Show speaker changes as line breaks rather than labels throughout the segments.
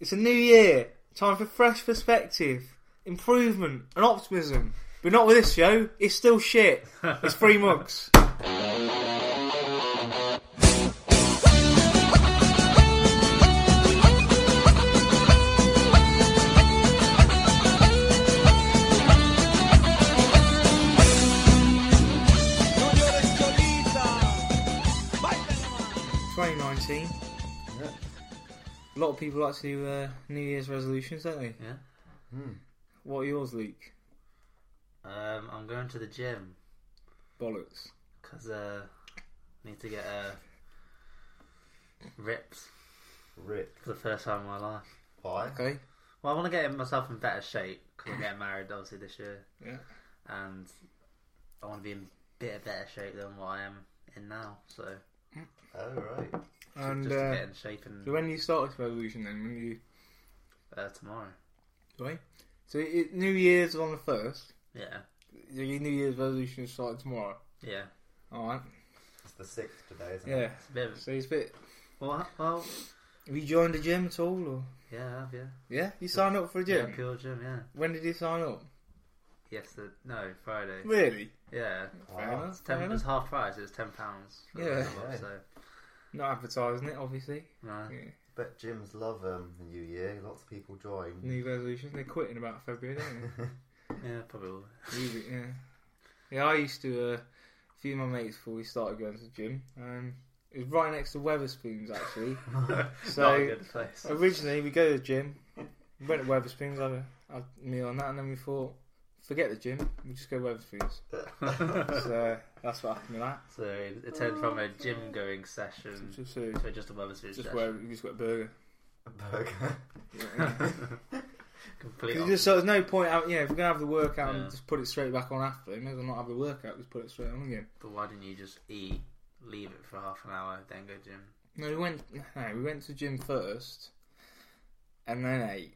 It's a new year, time for fresh perspective, improvement, and optimism. But not with this show. It's still shit. It's free mugs. Twenty nineteen.
Yeah.
A lot of people like to do uh, New Year's resolutions, don't they?
Yeah.
What are yours, Luke?
Um, I'm going to the gym
Bollocks.
because uh, I need to get uh, rips
Rip.
for the first time in my life.
Why?
Okay.
Well, I want to get myself in better shape because I'm getting married obviously this year,
Yeah.
and I want to be in a bit of better shape than what I am in now. So
Oh, right.
just-
And
just to
uh,
get in shape and
so when do you start this resolution then? When do you?
uh, tomorrow.
Right. So it, New Year's is on the first.
Yeah,
Your New Year's resolution is starting tomorrow.
yeah.
All right.
It's the sixth today, isn't it?
Yeah.
It's a bit of
So it's a bit.
well, I- well
Have you joined a gym at all? Or
yeah, I have, yeah.
yeah, you signed up for a
yeah,
gym.
pure gym, yeah.
When did you sign up?
Yes, the, no, Friday.
Really?
Yeah,
Fair
Wow.
enough.
it's
fair
ten. It's
enough.
half price. It's ten pounds.
Yeah.
Yeah.
So
Not advertising it, obviously.
no.
Yeah.
Bet gyms love um, the new year. Lots of people join.
New resolution. They quit in about February, don't
Yeah, probably. Will.
they? Usually, yeah. Yeah, I used to. Uh, a few of my mates before we started going to the gym. Um, it was right next to Weatherspoons actually. So-
Not a good place.
Originally, we go to the gym, we went to Weatherspoons, had a, had a meal on that, and then we thought, forget the gym, we just go to Weatherspoons. so that's what happened with that.
So it, it turned from a gym going session
Just, uh,
to just a mother's food
just
session.
where we just got a burger.
Burger.
Complete.
'Cause it just, so there's no point out, you know, if we're going to have the workout
Yeah.
and just put it straight back on after, we may as well not have the workout, just put it straight on again.
But why didn't you just eat, leave it for half an hour, then go gym?
No, we went, no, we went to the gym first, and then ate,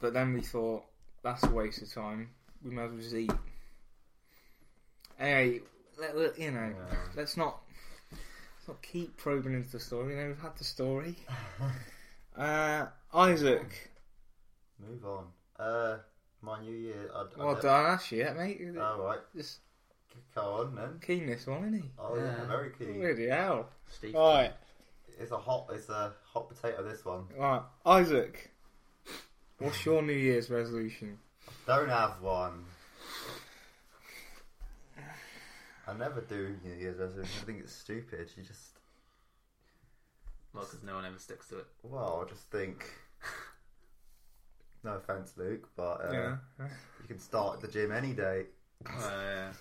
but then we thought, that's a waste of time, we may as well just eat. Anyway, let, let- you know.
Yeah.
let's not let's not keep probing into the story. You know, we've had the story. Uh, Isaac,
Move on. Uh, my new year. I, I
well
don't- Um,
done. I asked you yet, mate.
All right.
Just
Go on then.
keen this one, isn't
Oh yeah,
Yeah.
very
he?
keen.
Bloody hell!
Steve.
All right,
It's a hot. It's a hot potato. This one.
all right, Isaac. What's your New Year's resolution?
Don't have one. I never do New Year's resolutions. I think it's stupid. You just
Well, because no one ever sticks to it.
well, I just think. No offense, Luke, but uh,
yeah,
you can start at the gym any day.
Oh, yeah.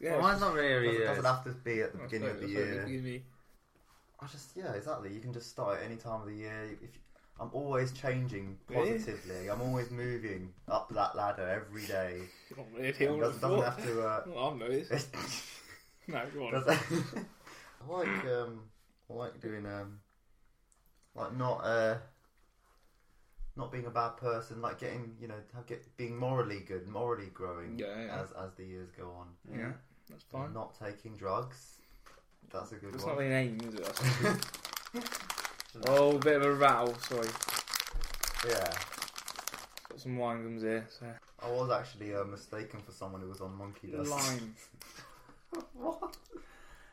yeah.
well, mine's not
It
really.
doesn't,
uh,
doesn't have to be at the
Oh, that's
beginning of the
that's what
year.
it gives me.
I just yeah, exactly. You can just start at any time of the year. If you, I'm always changing
Really?
positively. I'm always moving up that ladder every day.
Not really.
It
all
doesn't,
the
doesn't
thought.
have to. Uh,
Well, I'm noticed. No, go on.
does I like um, I like doing um, like not uh, not being a bad person. Like getting you know have- get being morally good, morally growing
Yeah, yeah.
as as the years go on.
Yeah, that's fine.
Not taking drugs. That's a good
That's not
one.
really an aim, is it? oh, bit of a rattle. Sorry,
yeah.
got some wine gums here. So.
I was actually uh, mistaken for someone who was on monkey dust.
Lime.
what?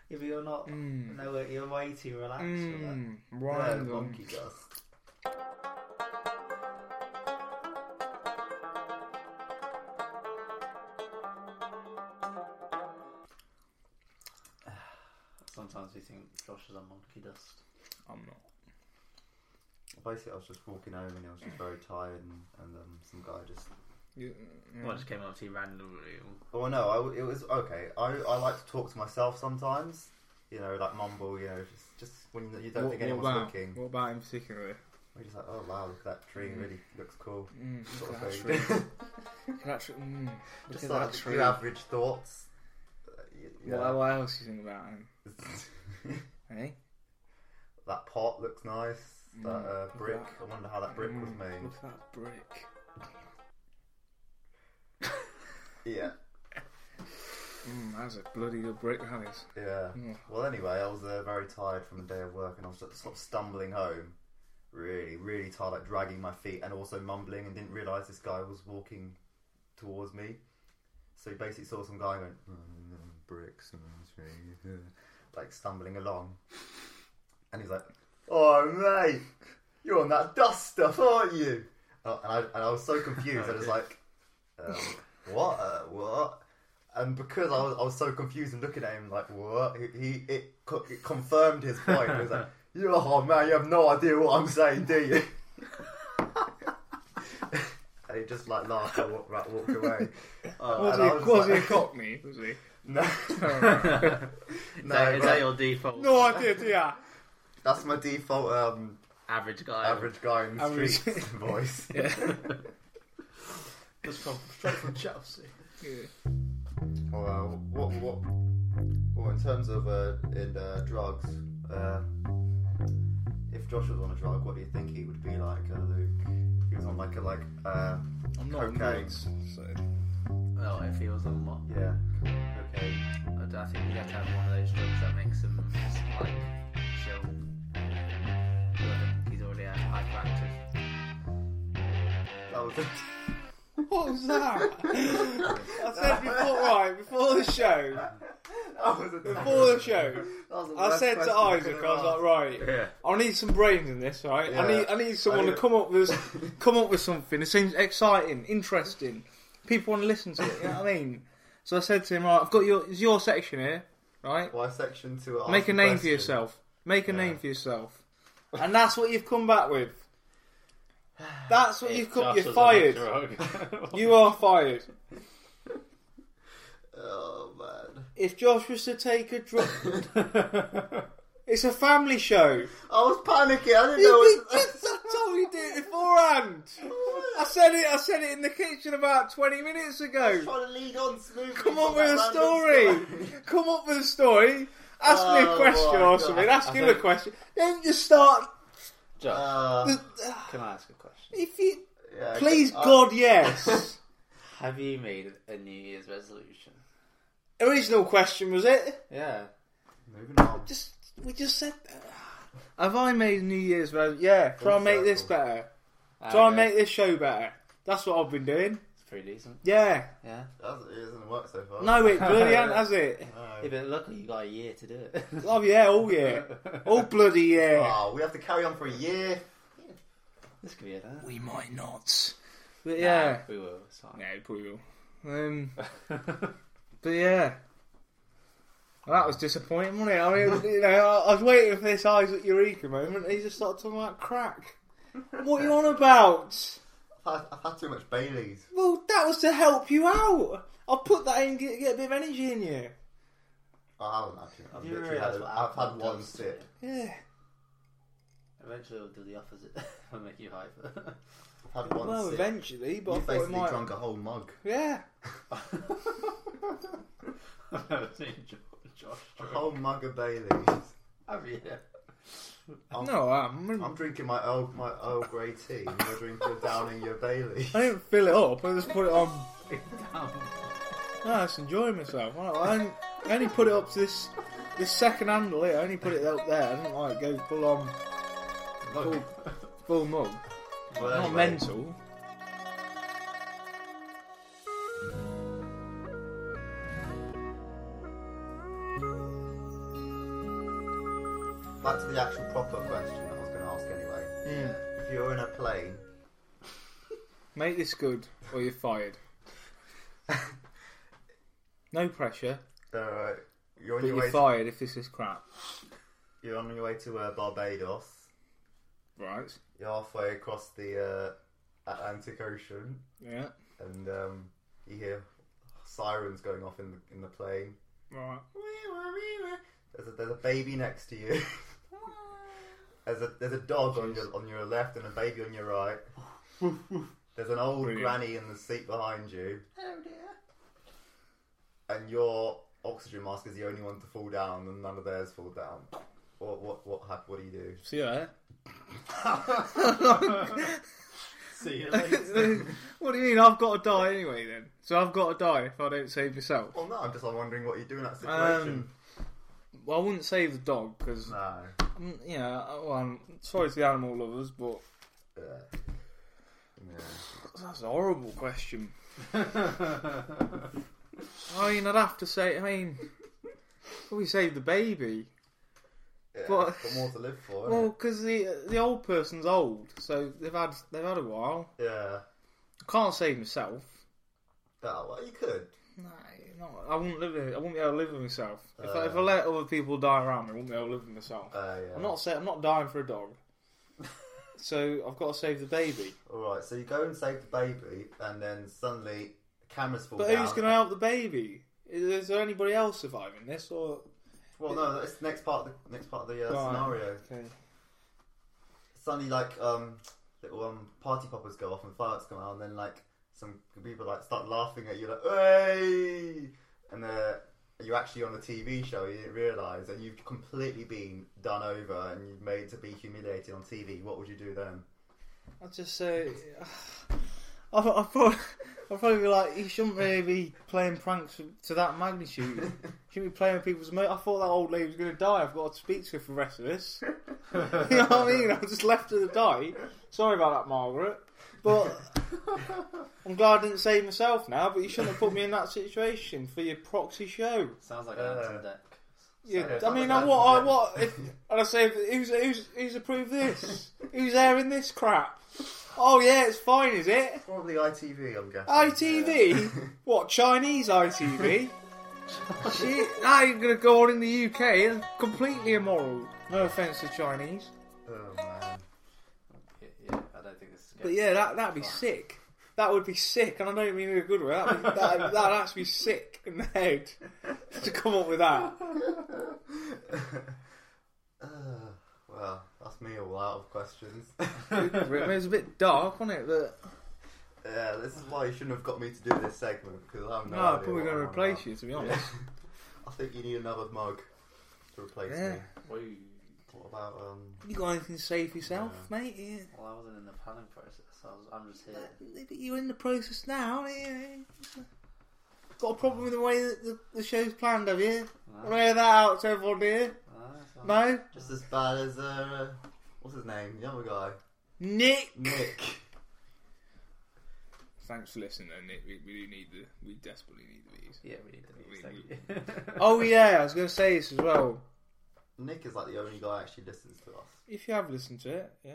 If you're not,
Mm.
no, you're way too relaxed.
Mm.
For that. Yeah,
Rhyme gum.
monkey dust.
Sometimes we think Josh is on monkey dust.
I'm not.
Basically, I was just walking home and I was just very tired, and, and um, some guy just.
You, yeah.
Well, I just came up to you randomly.
Oh no, I, it was okay. I, I like to talk to myself sometimes. You know, like mumble. You know, just just when you don't
What- what
think anyone's
about,
looking,
What about in particular?
we're just like, oh wow, look at that tree
Mm.
really looks cool.
Mm.
Sort of
That's
thing.
true. That's, mm. Look
just
at
like
that
the
tree.
good average thoughts. Uh, y-
What, what else you think about him? Eh?
yeah.
Hey?
That pot looks nice. That uh,
Mm.
brick. I wonder how that brick was
Mm,
made.
Look at that brick.
Yeah,
Mm, that's a bloody good brick, that is.
yeah.
Mm.
Well, anyway, I was uh, very tired from a day of work, and I was just sort of stumbling home, really, really tired, like dragging my feet and also mumbling, and didn't realise this guy was walking towards me. So he basically saw some guy going "Mm, mm, bricks, mm, it's me," like stumbling along, and he's like, "Oh mate, you're on that dust stuff, aren't you?" Oh, and, I, and I was so confused. I was like, um, "What? Uh, what?" And because I was, I was so confused and looking at him like, "What?" He, he it, co- it confirmed his point. It was like, "Yo, oh, man, you have no idea what I'm saying, do you?" and he just like laughed and walked, right, walked away. Uh,
Was
and
he,
I was
was he a
like,
cockney? Was he?
No,
Is that- is
but-
that your default
No idea, yeah.
that's my default um,
average guy?
average guy in the
Average.
streets voice.
Yeah.
Just come straight from Chelsea.
yeah.
Well, uh, what, what, well, in terms of uh, in uh, drugs, uh, if Josh was on a drug, what do you think he would be like, uh, Luke? If he was on like a like, uh,
I'm not
Cocaine.
nuts, so
Well, if he was on what?
yeah, okay,
I'd- I think you'd have to have one of those drugs that makes him like chill. But I think he's already hyperactive.
that was
What was that? I said before, right, before the show,
that was a
before the show,
that was the
I
worst
said to
question
Isaac,
could've
I was like,
asked.
right,
Yeah.
I need some brains in this, right? I
Yeah.
need, I need someone
need
to
it.
come up with, come up with something that seems exciting, interesting. People want to listen to it. You know what I mean? So I said to him, right, I've got your, it's your section here, right?
Why section to ask
Make a
the
name for
question?
yourself. Make a
Yeah.
name for yourself. And that's what you've come back with. That's what you've come.
Josh
You're
was on a
fired.
drug.
You are fired.
Oh man,
If Josh was to take a drug, it's a family show.
I was panicking. I didn't know.
You
What
we just I told you to do it beforehand. I said it. I said it in the kitchen about twenty minutes
I was
ago.
trying to lead on smoothly.
Come
from
up with
that
a
random
story. Come up with a story. Ask me a
Oh,
question
my
or
God.
something. Ask
I
him a
think-
question. Don't just start.
Josh,
Uh,
can I ask a question?
If you
yeah,
please,
I-
God, yes.
Have you made a New Year's resolution?
Original question was it?
Yeah.
Moving on.
Just we just said. that. Have I made a New Year's resolution? Yeah. Try and make this
circle.
better.
Ah,
Try and
okay.
make this show better. That's what I've been doing.
It's pretty decent.
Yeah.
Yeah.
That's, it doesn't work so far. Uh,
No, it bloody ain't, has it?
No.
Yeah, but luckily you got a year to do it.
Oh yeah, all year, all bloody year.
Oh, we have to carry on for a year.
This could be it, huh?
We might not. But yeah.
We will. It's fine.
Yeah, you probably will. Um, but yeah. Well, that was disappointing, wasn't it? I mean, you know, I, I was waiting for this Isaac Eureka moment, and he just started talking about crack. What are you on about?
I've had, I've had too much Bailey's.
Well, that was to help you out. I put that in to get, get a bit of energy in you.
I haven't actually. I've
You
literally
realise
had,
what
I've had
alcohol
one
does to
sip.
Yeah.
you. Eventually it'll do the opposite. it'll make you hyper.
I've had one
well,
sip.
eventually, but I
You've
thought it
basically
might.
drunk a whole mug.
Yeah.
I've never seen Jo- Josh
A
drink.
whole mug of Bailey's.
Have you?
I'm-
no, I'm,
I'm drinking my Earl, my Earl Grey tea. and You're drinking downing your Bailey's.
I didn't fill it up. I just put it on.
Damn.
No, I just enjoying myself. I, I, only, I only put it up to this this second handle here. I only put it up there. I didn't like go full on full, full mug.
Well,
Not
anyway,
mental.
Back to the actual proper question that I was going to ask anyway.
Yeah.
If you're in a plane,
Make this good, or you're fired. no pressure,
uh, you're on
but
your way.
you're
To,
fired if this is crap.
you're on your way to uh, Barbados.
Right?
You're halfway across the uh, Atlantic Ocean.
Yeah.
and um, you hear sirens going off in the in the plane.
Right.
There's a, there's a baby next to you. there's a there's a dog on your on your left and a baby on your right. There's an old
Brilliant.
granny in the seat behind you,
Oh dear.
and your oxygen mask is the only one to fall down, and none of theirs fall down. What what what hap- What do you do?
See you later.
See you later.
what do you mean? I've got to die anyway then. So I've got to die if I don't save myself.
Well,
Um,
no, I'm just I'm wondering what you do in that situation.
Um, well, I wouldn't say the dog because
No.
you know. I- Well, I'm sorry to the animal lovers, but
Yeah. Yeah.
that's a horrible question.
yeah.
I mean, I'd have to say. I mean, we saved the baby. But-
Got more to live for. innit?
Well, because the the old person's old, so they've had they've had a while.
yeah.
I can't save myself.
That well, you could.
No, no, I wouldn't live. With, I wouldn't be able to live with myself. If, I, if I
Uh.
let other people die around me, I wouldn't be able to live with myself.
Uh, yeah.
I'm not. Say, I'm not dying for a dog. so I've got to save the baby.
All right. So you go and save the baby, and then suddenly the cameras fall
But
down.
who's going to help the baby? Is there anybody else surviving this? Or
Well, no. That's the next part. Of the next part of the uh,
Right.
scenario.
okay,
suddenly like um little um party poppers go off and fireworks come out and then like some people like start laughing at you like hey and uh, you're actually on a TV show you didn't realise and you've completely been done over and you've made to be humiliated on TV what would you do then
I'd just say. I thought- I'd probably, I'd probably be like, you shouldn't really be playing pranks to that magnitude. You shouldn't be playing with people's. Mo- I thought that old lady was going to die. I've got to speak to her for the rest of this. you know what I mean? I'm just left to die. Sorry about that, Margaret. But I'm glad I didn't save myself now. But you shouldn't have put me in that situation for your proxy show.
Sounds like
Uh,
an Anton deck.
Yeah,
it's
I
not
mean,
like
I, what, I,
that.
what, if, and I say, who's, who's, who's approved this? who's airing this crap? Oh yeah, it's fine, is it?
probably ITV I'm guessing
ITV? what, Chinese ITV? Shit, now you're gonna go on in the UK and completely immoral. No offence to Chinese.
oh man
Yeah, yeah, I don't think this is good.
But yeah, that, that'd be sick. That would be sick, and I don't mean in a good way. That'd, be, that'd, that'd actually be sick in the head to come up with that.
uh, well that's me all out of questions
It was a bit dark, wasn't it? But
Yeah, this is why you shouldn't have got me to do this segment because I'm
no,
no.
I'm
idea
probably
what
going to
I'm on
replace
about.
you, to be honest.
I think you need another mug to replace me.
Yeah.
Woo.
What about um?
You got anything to say for yourself, mate? Yeah.
Well, I wasn't in the planning process. I was, I'm just here.
But You're in the process now. aren't you? uh, Got a problem with the way that the, the show's planned, have you?
No,
Wanna Air that out to everyone here.
no, it's not.
No,
Just as bad as uh, what's his name? The other guy,
Nick.
Nick.
Thanks for listening, though, Nick. We, we do need the. We desperately need the views.
Yeah, we need to be
We-
thank
we-
you.
Oh yeah, I was going to say this as well.
Nick is like the only guy who actually listens to us.
If you have listened to it, yeah.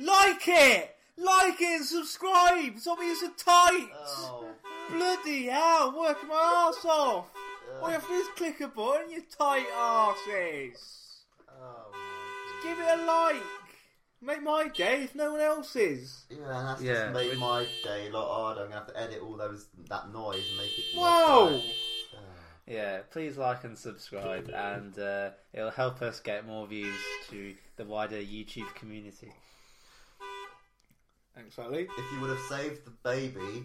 Like it, like it, and subscribe. Stop being so tight.
Oh,
Bloody hell, I'm working my ass off. All you
yeah.
have to do is click a button, you tight asses.
oh my
Give it a like. Make my day if no one else's.
God. yeah, and that's
Yeah.
just made my day a lot harder. I'm gonna have to edit all those that noise and make it. more
Wow.
quiet. Uh,
Yeah, please like and subscribe, and uh, it'll help us get more views to the wider YouTube community.
Thanks, Ali.
if you would have saved the baby,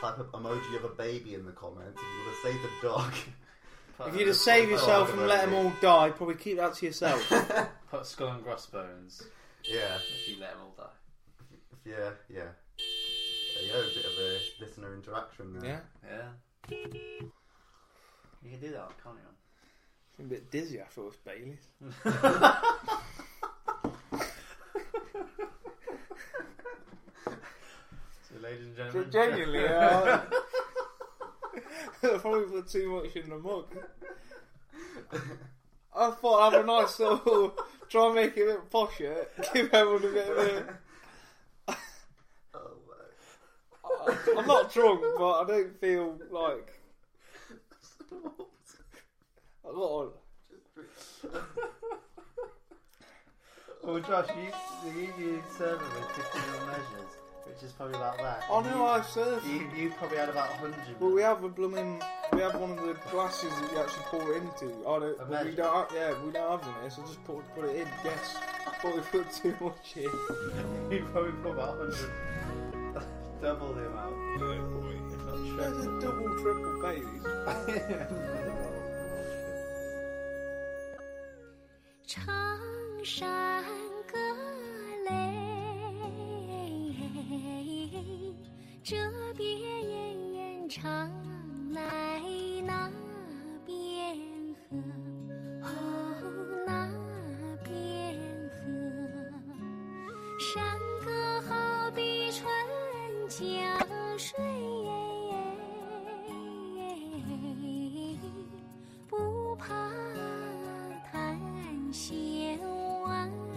type up emoji of a baby in the comments. If you would have saved the dog.
Put,
If
uh,
you just save
Oh,
yourself
I'm
and let them
emoji.
all die, probably keep that to yourself.
put skull and crossbones
yeah.
if you let them all die.
Yeah, yeah. There you go, a bit of a listener interaction
yeah,
there.
Yeah. You can do that, can't you?
I'm a bit dizzy after all this Bailey's.
So, ladies and gentlemen,
Genuinely, uh, I probably put too much in the mug. I thought I'd have a nice little try and make it a bit posher, give everyone a bit of a.
Oh,
I'm not drunk, but I don't feel like a lot of.
Well, Oh, Josh, you, the EU server with 50 little measures, which is probably about that.
I know Oh, I serve.
You, you probably had about 100.
But we have a blooming, we have one of the glasses that you actually pour it into. I don't,
A
but we
measure.
don't have, yeah, we don't have one here, so just put, put it in, yes. But we put too much in.
You probably put about 100. Double the amount. If not
There's a double, triple babies.
triple.
唱山歌嘞，这边唱来那边和。哦晚。